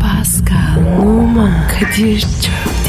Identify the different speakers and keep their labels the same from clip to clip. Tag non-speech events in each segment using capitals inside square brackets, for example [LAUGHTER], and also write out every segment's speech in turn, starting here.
Speaker 1: Pascal, Oman, Kadir çok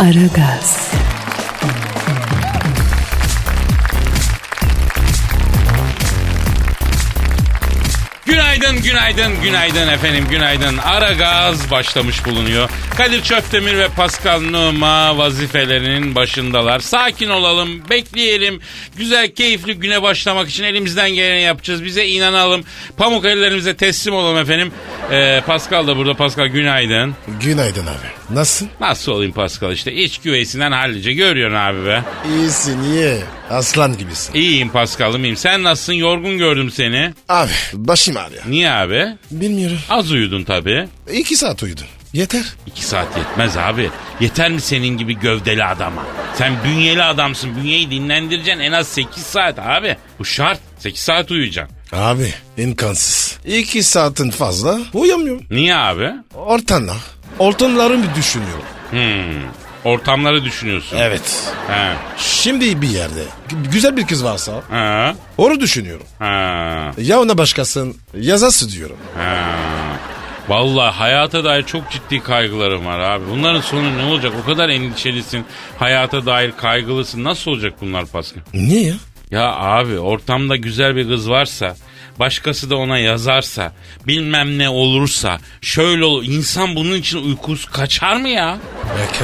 Speaker 1: Aragaz,
Speaker 2: Günaydın, günaydın, günaydın efendim, günaydın. Ara gaz başlamış bulunuyor. Kadir Çöptemir ve Pascal Numa vazifelerinin başındalar. Sakin olalım, bekleyelim. Güzel, keyifli güne başlamak için elimizden geleni yapacağız. Bize inanalım. Pamuk ellerimize teslim olalım efendim. Ee, Pascal da burada. Pascal günaydın.
Speaker 3: Günaydın abi. Nasılsın?
Speaker 2: Nasıl olayım Pascal işte? İç güveysinden hallice görüyorsun abi be.
Speaker 3: İyisin iyi. Aslan gibisin.
Speaker 2: İyiyim Pascal'ım iyiyim. Sen nasılsın? Yorgun gördüm seni.
Speaker 3: Abi başım ağrıyor.
Speaker 2: Niye abi?
Speaker 3: Bilmiyorum.
Speaker 2: Az uyudun tabii.
Speaker 3: İki saat uyudum. Yeter.
Speaker 2: İki saat yetmez abi. Yeter mi senin gibi gövdeli adama? Sen bünyeli adamsın. Bünyeyi dinlendireceksin en az 8 saat abi. Bu şart. 8 saat uyuyacaksın.
Speaker 3: Abi imkansız. İki saatin fazla uyuyamıyorum.
Speaker 2: Niye abi?
Speaker 3: Ortanla. Ortanları bir düşünüyorum?
Speaker 2: Hmm. Ortamları düşünüyorsun.
Speaker 3: Evet.
Speaker 2: He.
Speaker 3: Şimdi bir yerde gü- güzel bir kız varsa
Speaker 2: Ha.
Speaker 3: onu düşünüyorum.
Speaker 2: Ha.
Speaker 3: Ya ona başkasın yazası diyorum.
Speaker 2: Ha. Vallahi hayata dair çok ciddi kaygılarım var abi. Bunların sonu ne olacak? O kadar endişelisin. Hayata dair kaygılısın. Nasıl olacak bunlar Pascal?
Speaker 3: Niye ya?
Speaker 2: Ya abi ortamda güzel bir kız varsa, başkası da ona yazarsa, bilmem ne olursa, şöyle olur. insan bunun için uykusu kaçar mı ya?
Speaker 3: Ya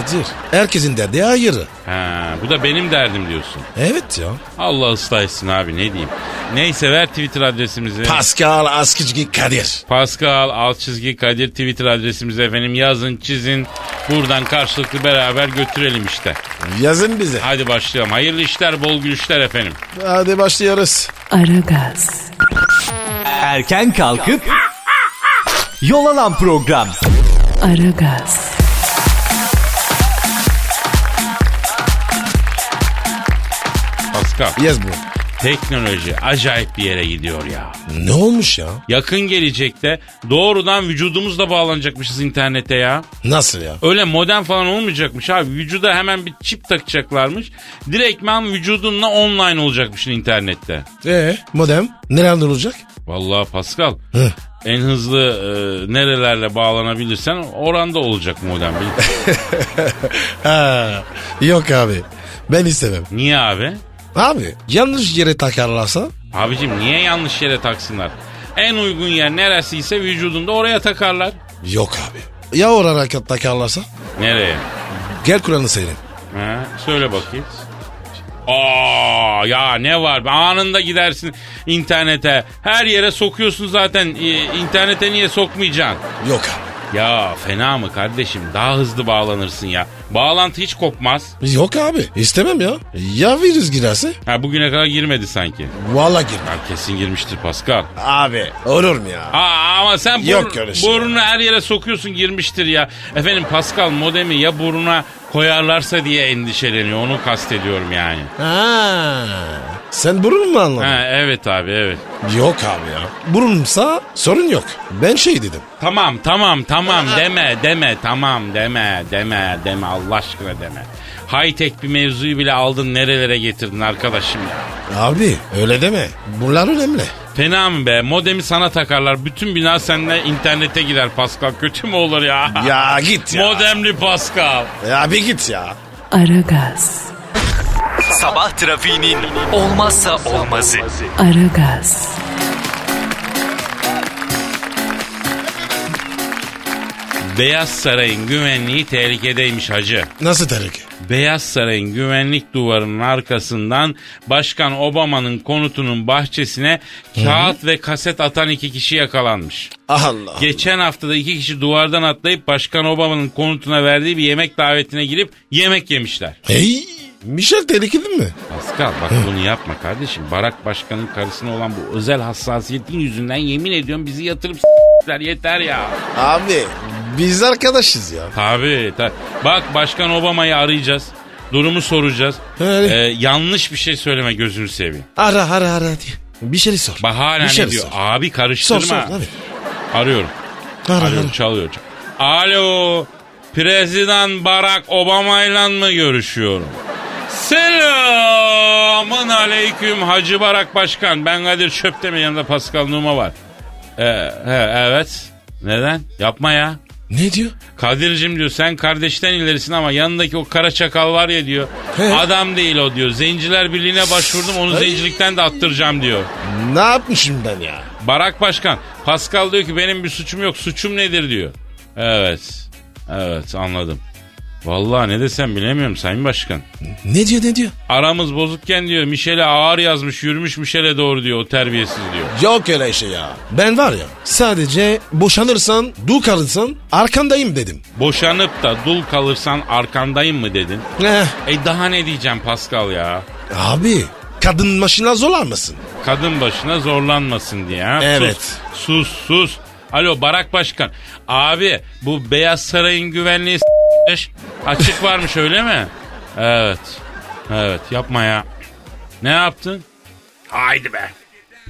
Speaker 3: Kadir herkesin derdi ayrı.
Speaker 2: Ha, bu da benim derdim diyorsun.
Speaker 3: Evet ya.
Speaker 2: Allah ıslah etsin abi ne diyeyim. Neyse ver Twitter adresimizi.
Speaker 3: Pascal Askizgi Kadir.
Speaker 2: Pascal alt çizgi Kadir Twitter adresimizi efendim yazın çizin. Buradan karşılıklı beraber götürelim işte.
Speaker 3: Yazın bize.
Speaker 2: Hadi başlayalım. Hayırlı işler, bol gülüşler efendim.
Speaker 3: Hadi başlıyoruz.
Speaker 1: Aragaz,
Speaker 4: Erken kalkıp yol alan program.
Speaker 1: Aragaz,
Speaker 2: Pascal,
Speaker 3: Yaz bu.
Speaker 2: teknoloji acayip bir yere gidiyor ya.
Speaker 3: Ne olmuş ya?
Speaker 2: Yakın gelecekte doğrudan vücudumuzla bağlanacakmışız internete ya.
Speaker 3: Nasıl ya?
Speaker 2: Öyle modem falan olmayacakmış abi. Vücuda hemen bir çip takacaklarmış. Direktmen vücudunla online olacakmışsın internette.
Speaker 3: Ee, modem nereden olacak?
Speaker 2: Vallahi Pascal
Speaker 3: Hı.
Speaker 2: en hızlı e, nerelerle bağlanabilirsen oranda olacak modem. [LAUGHS] Bil-
Speaker 3: Ha, yok abi. Ben istemem.
Speaker 2: Niye abi?
Speaker 3: Abi yanlış yere takarlarsa
Speaker 2: Abicim niye yanlış yere taksınlar? En uygun yer neresiyse vücudunda oraya takarlar.
Speaker 3: yok abi. Ya oraya takarlarsa?
Speaker 2: Nereye?
Speaker 3: Gel Kur'an'ı seyredin.
Speaker 2: Ha, söyle bakayım. Aa ya ne var anında gidersin internete her yere sokuyorsun zaten Ee, internete niye sokmayacaksın
Speaker 3: Yok abi.
Speaker 2: ya fena mı kardeşim daha hızlı bağlanırsın ya bağlantı hiç kopmaz
Speaker 3: Yok abi. İstemem ya. Ya virüs girerse?
Speaker 2: ha bugüne kadar girmedi sanki
Speaker 3: Valla girmem.
Speaker 2: ha, kesin girmiştir Pascal
Speaker 3: Abi olur mu ya?
Speaker 2: Aa, ama sen bur-
Speaker 3: Yok öyle şey.
Speaker 2: burnunu her yere sokuyorsun girmiştir ya efendim Pascal modemi ya buruna koyarlarsa diye endişeleniyor onu kastediyorum yani
Speaker 3: Ha. Sen burun mu anladın?
Speaker 2: ha, evet abi evet
Speaker 3: Yok abi ya. Burunumsa sorun yok. Ben şey dedim.
Speaker 2: Tamam tamam tamam deme deme tamam deme deme deme Allah aşkına deme. High tech bir mevzuyu bile aldın nerelere getirdin arkadaşım ya.
Speaker 3: Abi öyle deme. Bunlar önemli.
Speaker 2: Fena mı be modemi sana takarlar bütün bina seninle internete girer Pascal kötü mü olur ya?
Speaker 3: Ya git ya.
Speaker 2: Modemli Pascal.
Speaker 3: Ya bir git ya.
Speaker 1: Aragaz,
Speaker 4: Sabah trafiğinin olmazsa olmazı.
Speaker 1: Aragaz,
Speaker 2: Beyaz Saray'ın güvenliği tehlikedeymiş hacı.
Speaker 3: Nasıl tehlike?
Speaker 2: Beyaz Saray'ın güvenlik duvarının arkasından Başkan Obama'nın konutunun bahçesine kağıt ve kaset atan iki kişi yakalanmış.
Speaker 3: Ah Allah.
Speaker 2: Geçen haftada iki kişi duvardan atlayıp Başkan Obama'nın konutuna verdiği bir yemek davetine girip yemek yemişler.
Speaker 3: Hey. Michel tehlikeli mi?
Speaker 2: Pascal bak bunu yapma kardeşim. Barak Başkan'ın karısına olan bu özel hassasiyetin yüzünden yemin ediyorum bizi yatırıp s**ler yeter ya.
Speaker 3: Abi Biz arkadaşız ya.
Speaker 2: Tabii. ta- Bak Başkan Obama'yı arayacağız. Durumu soracağız.
Speaker 3: Öyle.
Speaker 2: Ee, yanlış bir şey söyleme gözünü seveyim.
Speaker 3: Ara ara ara hadi. Bir şey sor.
Speaker 2: Bak hala
Speaker 3: Bir
Speaker 2: ne
Speaker 3: şey
Speaker 2: diyor?
Speaker 3: sor.
Speaker 2: Abi
Speaker 3: Sor
Speaker 2: karıştırma.
Speaker 3: sor. Hadi.
Speaker 2: Arıyorum.
Speaker 3: Ara ara.
Speaker 2: Arıyorum çalıyor. çal- Alo. Prezident Barack Obama'yla mı görüşüyorum? Selamın aleyküm Hacı Barak Başkan. Ben Kadir Çöptemir yanında Pascal Numa var. Ee, he, evet. Neden? Yapma ya.
Speaker 3: Ne diyor?
Speaker 2: Kadir'cim diyor sen kardeşten ilerisin ama yanındaki o kara çakal var ya diyor.
Speaker 3: He.
Speaker 2: Adam değil o diyor. Zenciler Birliği'ne başvurdum onu zencilikten de attıracağım diyor.
Speaker 3: Ne yapmışım ben ya?
Speaker 2: Barak Başkan. Pascal diyor ki benim bir suçum yok. Suçum nedir diyor. Evet. Evet anladım. Vallahi ne desem bilemiyorum Sayın Başkan.
Speaker 3: Ne diyor ne diyor?
Speaker 2: Aramız bozukken diyor Mişel'e ağır yazmış yürümüş Mişel'e doğru diyor o terbiyesiz diyor.
Speaker 3: Yok öyle şey ya. Ben var ya sadece boşanırsan, dul kalırsan arkandayım dedim.
Speaker 2: Boşanıp da dul kalırsan arkandayım mı dedin?
Speaker 3: Eh,
Speaker 2: E daha ne diyeceğim Pascal ya?
Speaker 3: abi kadın maşına zorlanmasın.
Speaker 2: Kadın başına zorlanmasın diye. ha?
Speaker 3: Evet.
Speaker 2: Sus sus. sus. Alo Barak Başkan. Abi bu Beyaz Saray'ın güvenliği s- açık varmış öyle mi? Evet. Evet yapma ya. Ne yaptın? Haydi be.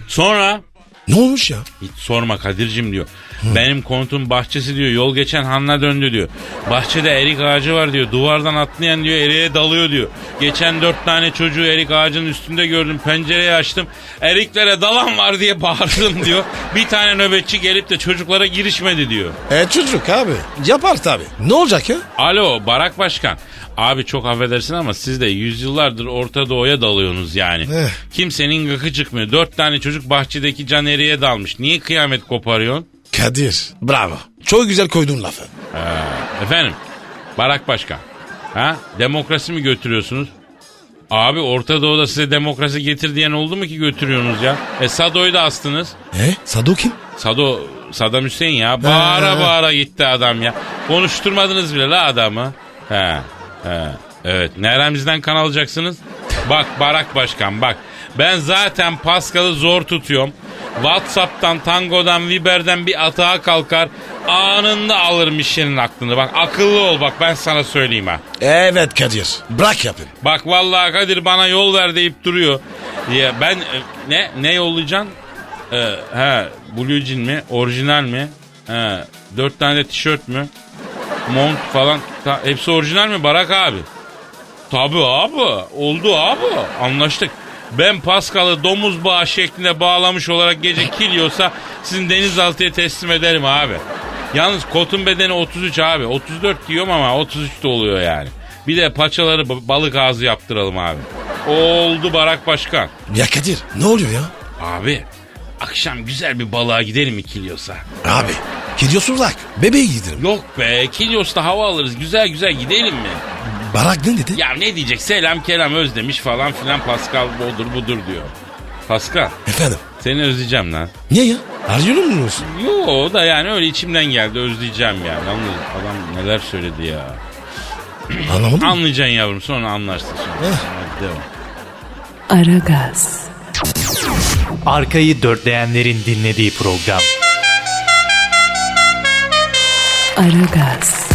Speaker 2: Sonra
Speaker 3: Ne olmuş ya?
Speaker 2: hiç sorma Kadir'cim diyor. Benim kontun bahçesi diyor yol geçen hanına döndü diyor. Bahçede erik ağacı var diyor. Duvardan atlayan diyor eriğe dalıyor diyor. Geçen dört tane çocuğu erik ağacının üstünde gördüm. Pencereyi açtım. Eriklere dalan var diye bağırdım diyor. Bir tane nöbetçi gelip de çocuklara girişmedi diyor.
Speaker 3: E çocuk abi yapar tabi. Ne olacak ya?
Speaker 2: Alo Barak Başkan. Abi çok affedersin ama siz de yüzyıllardır Orta Doğu'ya dalıyorsunuz yani.
Speaker 3: Eh.
Speaker 2: Kimsenin gıkı çıkmıyor. Dört tane çocuk bahçedeki can eriğe dalmış. Niye kıyamet koparıyorsun?
Speaker 3: Kadir bravo. Çok güzel koydun lafı.
Speaker 2: Efendim Barak Başkan. Ha? Demokrasi mi götürüyorsunuz? Abi Orta Doğu'da size demokrasi getir diyen oldu mu ki götürüyorsunuz ya? E Sado'yu da astınız.
Speaker 3: E Sadu kim?
Speaker 2: Sado, Saddam Hüseyin ya. Bağıra
Speaker 3: He.
Speaker 2: bağıra gitti adam ya. Konuşturmadınız bile la adamı. He, he. Evet. Neremizden kan alacaksınız? Bak Barak Başkan bak. Ben zaten Pascal'ı zor tutuyorum. Whatsapp'tan, Tango'dan, Viber'den bir atağa kalkar. Anında alırım işinin aklını. Bak akıllı ol bak ben sana söyleyeyim ha.
Speaker 3: Evet Kadir bırak yapın.
Speaker 2: Bak vallahi Kadir bana yol ver deyip duruyor. Ya ben e, ne ne yollayacaksın? E, he Blue Jean mi? Orijinal mi? He, dört tane de tişört mü? Mont falan. Ta- hepsi orijinal mi Barak abi? Tabii abi. Oldu abi. Anlaştık. Ben Paskal'ı domuz bağı şeklinde bağlamış olarak gece kiliyorsa sizin denizaltıya teslim ederim abi. Yalnız kotun bedeni 33 abi. 34 diyorum ama 33 de oluyor yani. Bir de paçaları ba- balık ağzı yaptıralım abi. Oldu Barak Başkan.
Speaker 3: Ya Kadir ne oluyor ya?
Speaker 2: Abi akşam güzel bir balığa gidelim mi Kilios'a?
Speaker 3: Abi gidiyorsun bak bebeği giydirin.
Speaker 2: Yok be Kilios'ta hava alırız güzel güzel gidelim mi?
Speaker 3: Barak ne dedi?
Speaker 2: Ya ne diyecek selam kelam özlemiş falan filan Pascal odur budur diyor. Pascal
Speaker 3: Efendim
Speaker 2: seni özleyeceğim lan.
Speaker 3: niye ya? Arıyorum mu musun?
Speaker 2: Yo o da yani öyle içimden geldi özleyeceğim ya. Yalnız adam neler söyledi ya.
Speaker 3: Anlamadım.
Speaker 2: Anlayacaksın yavrum sonra anlarsın. Sonra.
Speaker 3: Eh.
Speaker 2: Hadi devam.
Speaker 1: Aragaz,
Speaker 4: Arkayı dörtleyenlerin dinlediği program.
Speaker 1: Aragaz,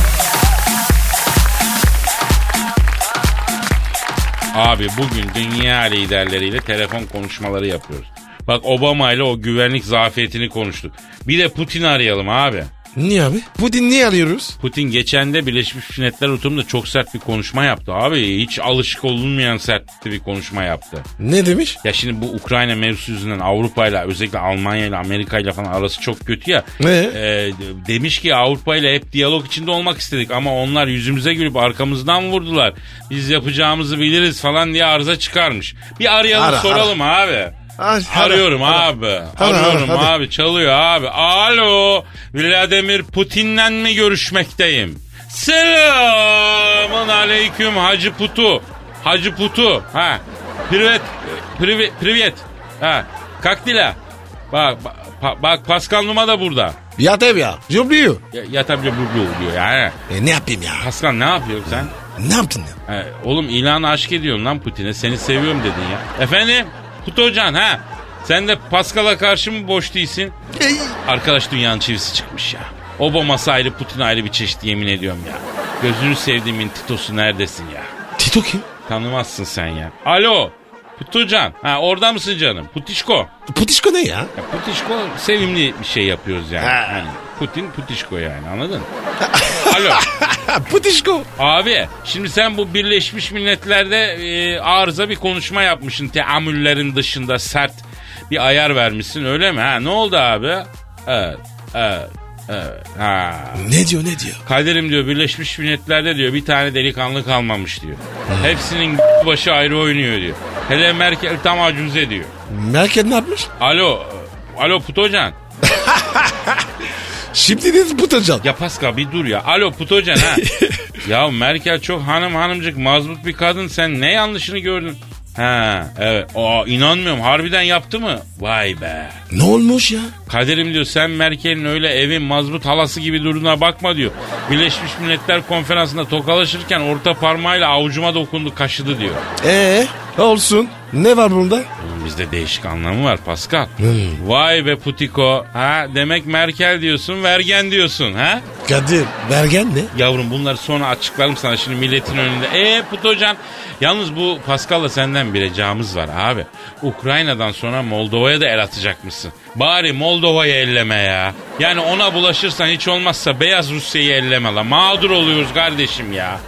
Speaker 2: Abi bugün dünya liderleriyle telefon konuşmaları yapıyoruz. Bak Obama ile o güvenlik zafiyetini konuştuk. Bir de Putin'i arayalım abi.
Speaker 3: Niye abi? Putin niye arıyoruz?
Speaker 2: Putin geçen de Birleşmiş Milletler oturumunda çok sert bir konuşma yaptı abi. Hiç alışık olunmayan sert bir konuşma yaptı.
Speaker 3: Ne demiş?
Speaker 2: Ya şimdi bu Ukrayna mevzusu yüzünden Avrupa ile özellikle Almanya ile Amerika ile falan arası çok kötü ya.
Speaker 3: Ne?
Speaker 2: Ee, demiş ki Avrupa ile hep diyalog içinde olmak istedik ama onlar yüzümüze gülüp arkamızdan vurdular. Biz yapacağımızı biliriz falan diye arıza çıkarmış. Bir arayalım
Speaker 3: Ara,
Speaker 2: soralım abi.
Speaker 3: Ar- ara,
Speaker 2: Arıyorum
Speaker 3: ara.
Speaker 2: abi. Arıyorum
Speaker 3: ara, hadi.
Speaker 2: abi. Çalıyor abi. Alo. Vladimir Putin'le mi görüşmekteyim? Selamun aleyküm Hacı Putu. Hacı Putu. Ha. Privet. Privet. Privet. Ha. Kakdila. Bak, bak, bak Pascal Numa da burada.
Speaker 3: Ya tabii ya. Jobluyor.
Speaker 2: Ya, ya tabii bu- bu diyor yani.
Speaker 3: E ne yapayım ya?
Speaker 2: Pascal ne yapıyorsun sen?
Speaker 3: Ne yaptın ya?
Speaker 2: Ha, oğlum ilanı aşk ediyorsun lan Putin'e. Seni seviyorum dedin ya. Efendim? Putu Hocan ha. Sen de Pascal'a karşı mı boş değilsin? Arkadaş dünyanın çivisi çıkmış ya. Obama ayrı Putin ayrı bir çeşit yemin ediyorum ya. Gözünü sevdiğimin Tito'su neredesin ya?
Speaker 3: Tito kim?
Speaker 2: Tanımazsın sen ya. Alo. Putucan. Ha orada mısın canım? Putişko.
Speaker 3: Putişko ne ya?
Speaker 2: Ya Putişko sevimli bir şey yapıyoruz yani.
Speaker 3: Ha.
Speaker 2: Hani Putin Putişko yani anladın? mı? Alo.
Speaker 3: Putişko.
Speaker 2: Abi şimdi sen bu Birleşmiş Milletler'de e, arıza bir konuşma yapmışsın. Teamüllerin dışında sert bir ayar vermişsin öyle mi? Ha ne oldu abi? Evet. Evet. Evet. Ha.
Speaker 3: Ne diyor ne diyor?
Speaker 2: Kadir'im diyor Birleşmiş Milletler'de diyor bir tane delikanlı kalmamış diyor. Hepsinin başı ayrı oynuyor diyor. Hele Merkel tam acunze diyor.
Speaker 3: Merkel ne yapmış?
Speaker 2: Alo, alo Putocan.
Speaker 3: Şimdi dedi putacan.
Speaker 2: Ya Pascal bir dur ya. Alo Putocan ha. ya Merkel çok hanım hanımcık mazbut bir kadın. Sen ne yanlışını gördün? Ha evet. Aa inanmıyorum. Harbiden yaptı mı? Vay be.
Speaker 3: Ne olmuş ya?
Speaker 2: Kaderim diyor sen Merkel'in öyle evin mazbut halası gibi durduğuna bakma diyor. Birleşmiş Milletler konferansında tokalaşırken orta parmağıyla avucuma dokundu kaşıdı diyor.
Speaker 3: Ee olsun. Ne var bunda?
Speaker 2: Oğlum bizde değişik anlamı var Pascal. Vay be Putiko. Ha demek Merkel diyorsun, vergen diyorsun ha?
Speaker 3: Kadir vergen ne?
Speaker 2: Yavrum bunları sonra açıklarım sana şimdi milletin önünde. E Putocan yalnız bu Pascal'la senden bir ricamız var abi. Ukrayna'dan sonra Moldova'ya da el atacakmışsın. Bari Moldova'yı elleme ya. Yani ona bulaşırsan hiç olmazsa Beyaz Rusya'yı elleme la. Mağdur oluyoruz kardeşim ya.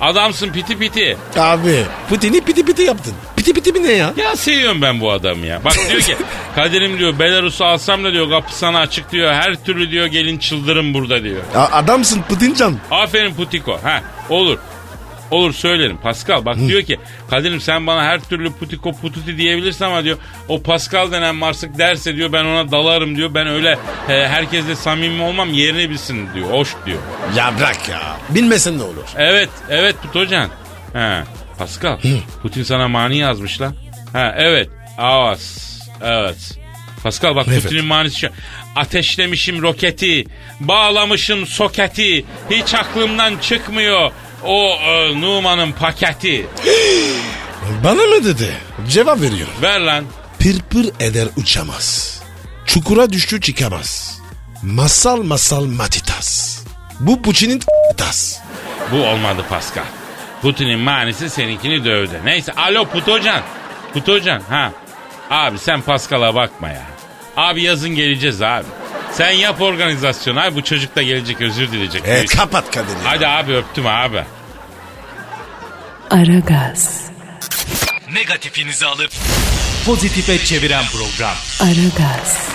Speaker 2: Adamsın piti piti.
Speaker 3: Abi Putin'i piti piti yaptın. Piti piti mi ne ya?
Speaker 2: Ya seviyorum ben bu adamı ya. Bak diyor ki Kadir'im diyor Belarus'u alsam da diyor kapı sana açık diyor. Her türlü diyor gelin çıldırın burada diyor.
Speaker 3: A- adamsın Putincan.
Speaker 2: Aferin Putiko. Ha olur. Olur söylerim. Pascal bak diyor ki Kadir'im sen bana her türlü putiko pututi diyebilirsin ama diyor o Pascal denen Marsık derse diyor ben ona dalarım diyor. Ben öyle e, herkesle samimi olmam yerini bilsin diyor. Hoş diyor.
Speaker 3: Ya bırak ya. Bilmesen ne olur?
Speaker 2: Evet evet Putocan. He Pascal Putin sana mani yazmış lan. Ha evet. Avas. Evet. Pascal bak
Speaker 3: Evet.
Speaker 2: Putin'in manisi şu. Ateşlemişim roketi, bağlamışım soketi, hiç aklımdan çıkmıyor o e, Numan'ın paketi.
Speaker 3: Bana mı dedi? Cevap veriyorum.
Speaker 2: Ver lan.
Speaker 3: Pır pır eder uçamaz. Çukura düştü çıkamaz. Masal masal matitas. Bu Putin'in tas.
Speaker 2: Bu olmadı Pascal. Putin'in manisi seninkini dövdü. Neyse alo Putocan. Putocan ha. Abi sen Pascal'a bakma ya. Abi yazın geleceğiz abi. Sen yap organizasyonu abi bu çocuk da gelecek özür dileyecek.
Speaker 3: E, kapat kadını.
Speaker 2: Hadi abi öptüm abi.
Speaker 1: Aragaz,
Speaker 4: Negatifinizi alıp pozitife çeviren program.
Speaker 1: Aragaz,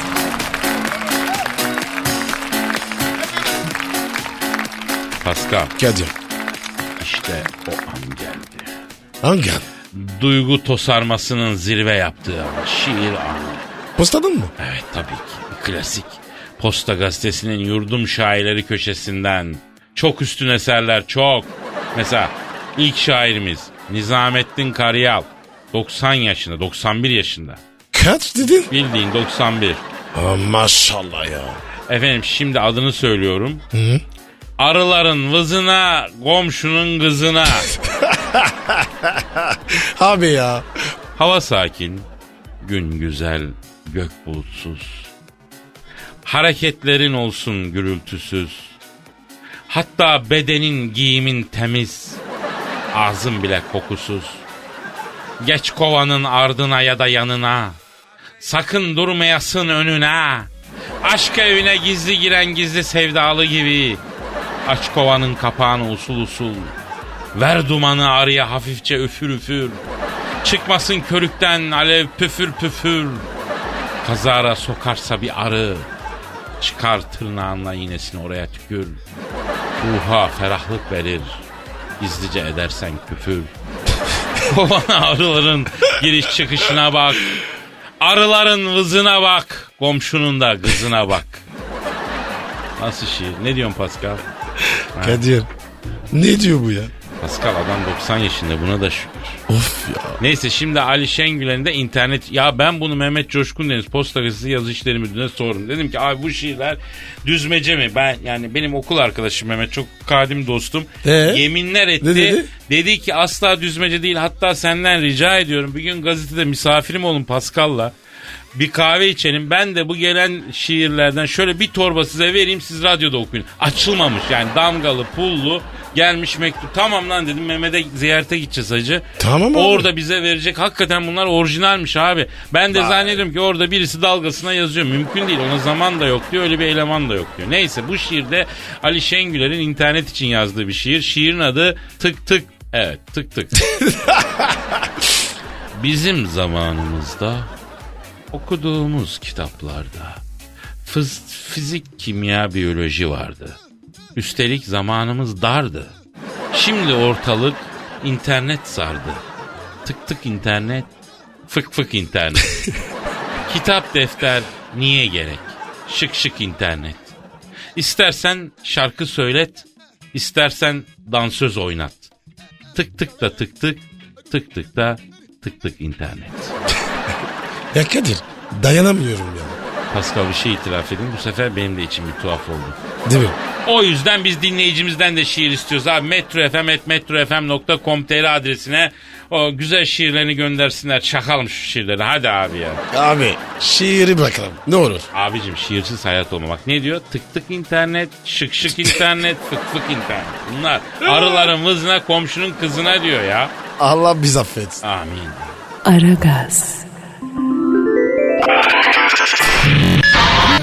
Speaker 2: Pascal
Speaker 3: Kadir.
Speaker 2: işte o an geldi.
Speaker 3: Hangi an?
Speaker 2: Duygu tosarmasının zirve yaptığı an, şiir anı.
Speaker 3: Postladın mı?
Speaker 2: Evet tabii ki. Bir klasik. Posta gazetesinin yurdum şairleri köşesinden. Çok üstün eserler çok. Mesela ilk şairimiz Nizamettin Karayal. 90 yaşında, 91 yaşında.
Speaker 3: Kaç dedin?
Speaker 2: Bildiğin 91.
Speaker 3: Aa, maşallah ya.
Speaker 2: Efendim şimdi adını söylüyorum. Arıların vızına, komşunun kızına.
Speaker 3: Abi ya.
Speaker 2: Hava sakin, gün güzel, gök bulutsuz. Hareketlerin olsun gürültüsüz. Hatta bedenin giyimin temiz, ağzın bile kokusuz. Geç kovanın ardına ya da yanına. Sakın durmayasın önüne. Aşk evine gizli giren gizli sevdalı gibi. Aç kovanın kapağını usul usul. Ver dumanı arıya hafifçe üfür üfür. Çıkmasın körükten alev püfür püfür. Kazara sokarsa bir arı. Çıkar tırnağınla iğnesini oraya tükür. Ruha ferahlık verir. Gizlice edersen küfür. [LAUGHS] Kovana arıların giriş çıkışına bak. Arıların vızına bak. Komşunun da kızına bak. Nasıl şiir? Ne diyorsun Pascal?
Speaker 3: Kadir. Ne diyor bu ya?
Speaker 2: Pascal adam 90 yaşında buna da şükür.
Speaker 3: Of ya.
Speaker 2: Neyse şimdi Ali Şengülen'in de internet... Ya ben bunu Mehmet Coşkun Deniz Posta Gazetesi Yazı İşleri Müdürü'ne sordum. Dedim ki abi bu şiirler düzmece mi? Ben yani benim okul arkadaşım Mehmet çok kadim dostum.
Speaker 3: Ee?
Speaker 2: Yeminler etti.
Speaker 3: Ne dedi?
Speaker 2: Dedi ki asla düzmece değil hatta senden rica ediyorum. Bir gün gazetede misafirim olun Pascal'la. Bir kahve içelim. Ben de bu gelen şiirlerden şöyle bir torba size vereyim siz radyoda okuyun. Açılmamış yani damgalı pullu gelmiş mektup. Tamam lan dedim Mehmet'e ziyarete gideceğiz hacı.
Speaker 3: Tamam abi.
Speaker 2: Orada bize verecek. Hakikaten bunlar orijinalmiş abi. Ben de zannediyorum ki orada birisi dalgasına yazıyor. Mümkün değil. Ona zaman da yok diyor. Öyle bir eleman da yok diyor. Neyse bu şiirde Ali Şengüler'in internet için yazdığı bir şiir. Şiirin adı Tık Tık. Evet Tık
Speaker 3: [LAUGHS]
Speaker 2: Tık. Bizim zamanımızda okuduğumuz kitaplarda fız- fizik, kimya, biyoloji vardı. Üstelik zamanımız dardı. Şimdi ortalık internet sardı. Tık tık internet, fık fık internet. Kitap defter niye gerek? Şık şık internet. İstersen şarkı söylet, istersen dansöz oynat. Tık tık da tık tık, tık tık da tık tık internet.
Speaker 3: Ya Kadir dayanamıyorum ya.
Speaker 2: Pascal bir şey itiraf edin. Bu sefer benim de içim bir tuhaf oldu.
Speaker 3: Değil mi?
Speaker 2: O yüzden biz dinleyicimizden de şiir istiyoruz abi. metrofm.metrofm.com.tr adresine o güzel şiirlerini göndersinler. Çakalım şu şiirleri. Hadi abi ya.
Speaker 3: Abi şiiri bırakalım ne olur.
Speaker 2: Abicim şiirsiz hayat olmamak. Ne diyor? Tık tık internet, şık şık internet, fık fık internet. Bunlar arıların vızına, komşunun kızına diyor ya.
Speaker 3: Allah bizi affetsin.
Speaker 2: Amin.
Speaker 1: Aragaz,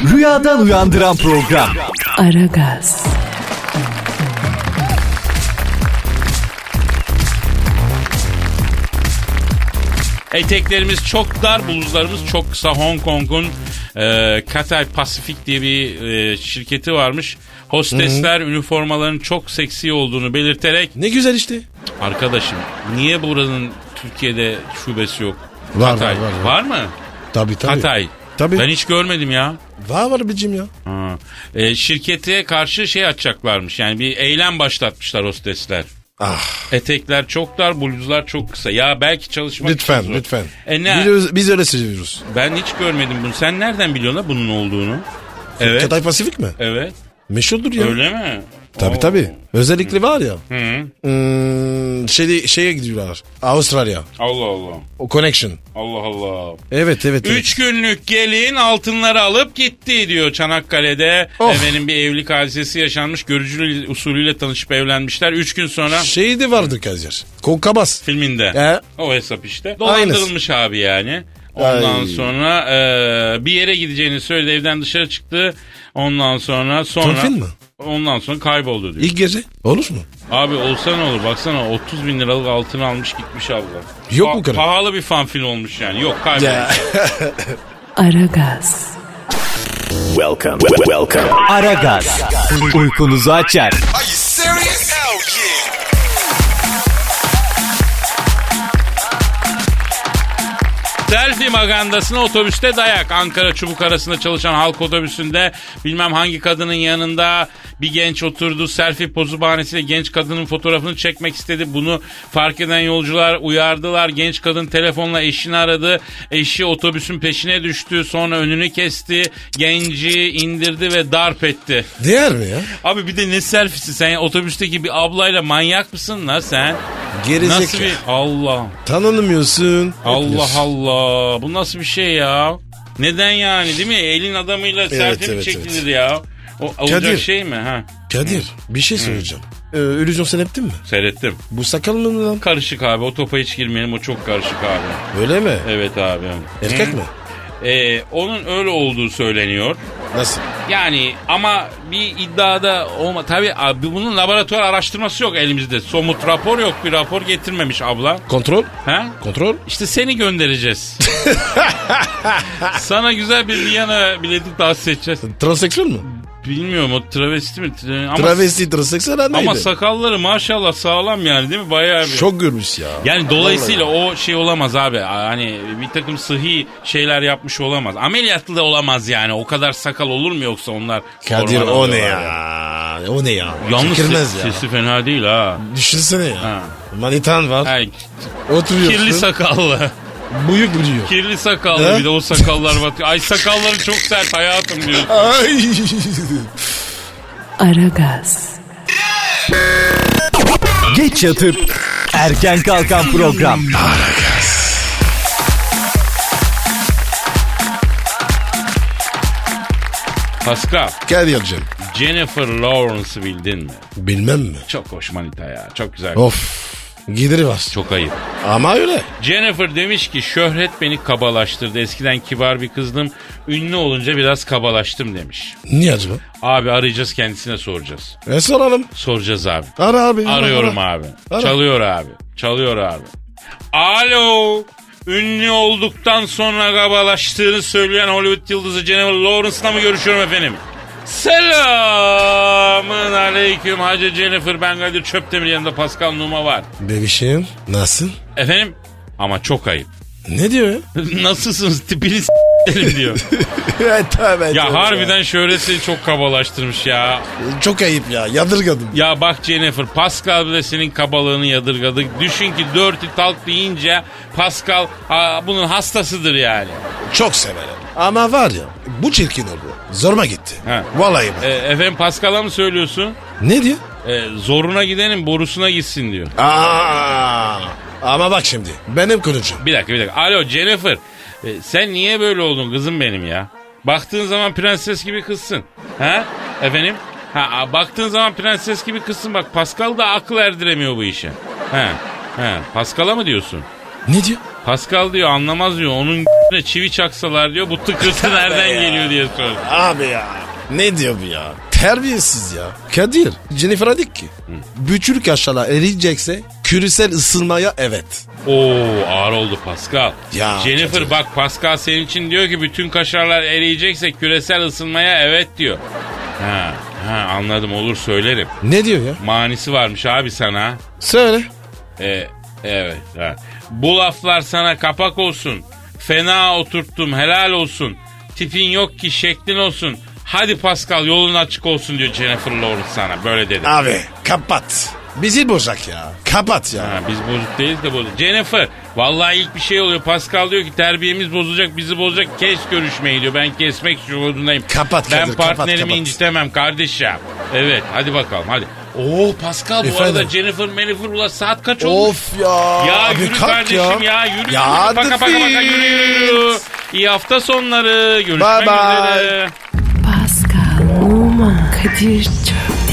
Speaker 4: Rüyadan uyandıran program.
Speaker 1: Aragaz,
Speaker 2: Eteklerimiz çok dar, bluzlarımız çok kısa. Hong Kong'un e, Cathay Pacific diye bir e, şirketi varmış. Hostesler üniformaların çok seksi olduğunu belirterek
Speaker 3: Ne güzel işte.
Speaker 2: arkadaşım niye buranın Türkiye'de şubesi yok?
Speaker 3: Var,
Speaker 2: Hatay.
Speaker 3: var, var, var.
Speaker 2: mı?
Speaker 3: Tabii tabii.
Speaker 2: Hatay.
Speaker 3: Tabii.
Speaker 2: Ben hiç görmedim ya.
Speaker 3: Var var bicim ya.
Speaker 2: Ha. E, şirkete karşı şey açacaklarmış. Yani bir eylem başlatmışlar hostesler.
Speaker 3: Ah
Speaker 2: Etekler çok dar, bluzlar çok kısa. Ya belki çalışmak için
Speaker 3: lütfen
Speaker 2: zor.
Speaker 3: lütfen.
Speaker 2: E ne?
Speaker 3: Biz, biz öyle seviyoruz.
Speaker 2: Ben hiç görmedim bunu. Sen nereden biliyorsun la bunun olduğunu? Evet.
Speaker 3: Katay Pasifik mi?
Speaker 2: Evet.
Speaker 3: Meşhurdur ya.
Speaker 2: Öyle mi?
Speaker 3: Tabii
Speaker 2: Oo.
Speaker 3: tabii. Özellikle var ya.
Speaker 2: Hı.
Speaker 3: Hmm, şey, şeye gidiyorlar. Avustralya.
Speaker 2: Allah Allah.
Speaker 3: O connection.
Speaker 2: Allah Allah.
Speaker 3: Evet evet. evet.
Speaker 2: Üç günlük gelin altınları alıp gitti diyor Çanakkale'de.
Speaker 3: Of.
Speaker 2: Efendim bir evlilik hadisesi yaşanmış. Görücülü usulüyle tanışıp evlenmişler. Üç gün sonra
Speaker 3: Şeyi Şey de vardı Kazer. Konkabas.
Speaker 2: filminde.
Speaker 3: E?
Speaker 2: O hesap işte. Dolandırılmış abi yani. Ondan
Speaker 3: Ay.
Speaker 2: sonra e, bir yere gideceğini söyledi. Evden dışarı çıktı. Ondan sonra sonra...
Speaker 3: Torfil mi?
Speaker 2: Ondan sonra kayboldu diyor.
Speaker 3: İlk gece. Olur mu?
Speaker 2: Abi olsa ne olur baksana 30 bin liralık altın almış gitmiş abla.
Speaker 3: Yok mu kadar?
Speaker 2: Pahalı bir fanfil olmuş yani yok kaybolmuş.
Speaker 1: Aragaz,
Speaker 4: Aragaz. Uykunuzu açar.
Speaker 2: Selfie magandasına otobüste dayak. Ankara çubuk arasında çalışan halk otobüsünde bilmem hangi kadının yanında bir genç oturdu. Selfie pozu bahanesiyle genç kadının fotoğrafını çekmek istedi. Bunu fark eden yolcular uyardılar. Genç kadın telefonla eşini aradı. Eşi otobüsün peşine düştü. Sonra önünü kesti. Genci indirdi ve darp etti.
Speaker 3: Değer mi ya?
Speaker 2: Abi bir de ne selfiesi sen ya? otobüsteki bir ablayla manyak mısın la sen? Nasıl bir Allah
Speaker 3: Tanınmıyorsun.
Speaker 2: Allah Allah bu nasıl bir şey ya? Neden yani değil mi? Elin adamıyla selfie mi
Speaker 3: evet,
Speaker 2: çekilir ya? O olacak
Speaker 3: Kadir.
Speaker 2: şey mi ha?
Speaker 3: Kadir bir şey söyleyeceğim. Ee, illüzyon sen ettin mi?
Speaker 2: Seyrettim.
Speaker 3: Bu sakal mı lan?
Speaker 2: Karışık abi o topa hiç girmeyelim o çok karışık abi.
Speaker 3: Öyle mi?
Speaker 2: Evet abi.
Speaker 3: Erkek
Speaker 2: Hı.
Speaker 3: mi?
Speaker 2: Ee, onun öyle olduğu söyleniyor.
Speaker 3: Nasıl?
Speaker 2: Yani ama bir iddiada olma. Tabii abi bunun laboratuvar araştırması yok elimizde. Somut rapor yok bir rapor getirmemiş abla.
Speaker 3: Kontrol?
Speaker 2: Ha?
Speaker 3: Kontrol?
Speaker 2: İşte
Speaker 3: [LAUGHS]
Speaker 2: seni göndereceğiz. Sana güzel bir Viyana bileti tahsis edeceğiz.
Speaker 3: Transseksüel mü?
Speaker 2: Bilmiyorum o travesti mi? Tra- Ama,
Speaker 3: Travesti transseksüel ha neydi?
Speaker 2: ama sakalları maşallah sağlam yani değil mi? Bayağı bir.
Speaker 3: Çok görmüş ya.
Speaker 2: Yani dolayısıyla o şey olamaz abi. Hani bir takım sıhhi şeyler yapmış olamaz. Ameliyatlı da olamaz yani. O kadar sakal olur mu yoksa onlar?
Speaker 3: Kadir
Speaker 2: hormon
Speaker 3: o ne
Speaker 2: alıyorlar
Speaker 3: ya? O ne ya?
Speaker 2: Yalnız
Speaker 3: Çekilmez
Speaker 2: se-
Speaker 3: ya.
Speaker 2: sesi fena değil ha.
Speaker 3: Düşünsene ya.
Speaker 2: Ha.
Speaker 3: Manitan var.
Speaker 2: Yani
Speaker 3: Oturuyorsun. [LAUGHS]
Speaker 2: kirli sakallı.
Speaker 3: Bıyık biliyor.
Speaker 2: Kirli sakallı
Speaker 3: Ha?
Speaker 2: bir de o sakallar batıyor. Ay sakalları çok sert hayatım diyor.
Speaker 3: Ay. [LAUGHS]
Speaker 1: Aragaz,
Speaker 4: Geç yatıp erken kalkan program.
Speaker 2: Pascal,
Speaker 3: Kadir'cim
Speaker 2: Jennifer Lawrence'ı bildin mi?
Speaker 3: bilmem mi?
Speaker 2: Çok hoş manita ya. Çok güzel.
Speaker 3: Of gideri var.
Speaker 2: Çok ayıp.
Speaker 3: Ama öyle.
Speaker 2: Jennifer demiş ki şöhret beni kabalaştırdı. Eskiden kibar bir kızdım. Ünlü olunca biraz kabalaştım demiş.
Speaker 3: Niye acaba?
Speaker 2: Abi arayacağız kendisine soracağız.
Speaker 3: E soralım.
Speaker 2: Soracağız abi.
Speaker 3: Ara abi.
Speaker 2: Arıyorum
Speaker 3: ara.
Speaker 2: abi.
Speaker 3: Ara.
Speaker 2: Çalıyor abi. Çalıyor abi. Alo. Ünlü olduktan sonra kabalaştığını söyleyen Hollywood yıldızı Jennifer Lawrence'la mı görüşüyorum efendim? Selamın aleyküm Hacı Jennifer. Ben Kadir Çöptemir yanında Pascal Numa var.
Speaker 3: Bebişim nasıl?
Speaker 2: Efendim? Ama çok ayıp.
Speaker 3: Ne diyor [LAUGHS] ya?
Speaker 2: [LAUGHS] Nasılsınız tipini s- derim diyor.
Speaker 3: evet, tabii,
Speaker 2: ya
Speaker 3: tabii.
Speaker 2: harbiden şöhreti çok kabalaştırmış ya.
Speaker 3: Çok ayıp ya. Yadırgadım.
Speaker 2: Ya bak Jennifer Pascal bile senin kabalığını yadırgadı. Düşün ki dirty talk deyince Pascal aa, bunun hastasıdır yani.
Speaker 3: Çok severim. Ama var ya bu çirkin oldu. Zoruma gitti.
Speaker 2: Ha.
Speaker 3: Vallahi bak.
Speaker 2: E, efendim Pascal'a mı söylüyorsun?
Speaker 3: Ne diyor?
Speaker 2: E, zoruna gidenin borusuna gitsin diyor.
Speaker 3: Aa, ama bak şimdi benim konuşum.
Speaker 2: Bir dakika bir dakika. Alo Jennifer e, sen niye böyle oldun kızım benim ya? Baktığın zaman prenses gibi kızsın. Ha? Efendim? Ha, a, baktığın zaman prenses gibi kızsın. Bak Pascal da akıl erdiremiyor bu işe. Ha, ha. Pascal'a mı diyorsun?
Speaker 3: Ne diyor?
Speaker 2: Pascal diyor anlamaz diyor. Onun [LAUGHS] çivi çaksalar diyor. Bu tıkırtı nereden geliyor diye soruyor.
Speaker 3: Abi ya. Ne diyor bu ya? Terbiyesiz ya. Kadir, Jennifer'a dik ki. Bütün kaşala eriyecekse küresel ısınmaya evet.
Speaker 2: Oo ağır oldu Pascal.
Speaker 3: Ya,
Speaker 2: Jennifer
Speaker 3: kötü.
Speaker 2: bak Pascal senin için diyor ki bütün kaşarlar eriyecekse küresel ısınmaya evet diyor. Ha, ha anladım olur söylerim.
Speaker 3: Ne diyor ya?
Speaker 2: Manisi varmış abi sana.
Speaker 3: Söyle.
Speaker 2: E, evet. Ha. Bu laflar sana kapak olsun. Fena oturttum helal olsun. Tipin yok ki şeklin olsun. Hadi Pascal yolun açık olsun diyor Jennifer Lawrence sana. Böyle dedi.
Speaker 3: Abi kapat. Bizi bozacak ya. Kapat ya.
Speaker 2: Ha, biz bozuk değiliz de bozuk. Jennifer vallahi ilk bir şey oluyor. Pascal diyor ki terbiyemiz bozulacak bizi bozacak kes görüşmeyi diyor. Ben kesmek zorundayım.
Speaker 3: Kapat
Speaker 2: Ben
Speaker 3: Kadir, kapat,
Speaker 2: partnerimi
Speaker 3: kapat.
Speaker 2: incitemem kardeşim. Evet hadi bakalım hadi. Oo Oh, Pascal bu
Speaker 3: Efendim?
Speaker 2: arada Jennifer Menifer ula saat kaç olmuş?
Speaker 3: Of ya.
Speaker 2: Ya
Speaker 3: Abi,
Speaker 2: yürü
Speaker 3: kalk
Speaker 2: kardeşim ya, yürü. yürü. Paka paka paka yürü yürü yürü. İyi hafta sonları. Görüşmek
Speaker 3: Bye bye.
Speaker 2: üzere.
Speaker 1: Pascal, Oman, Kadir çok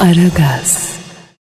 Speaker 1: Aragaz.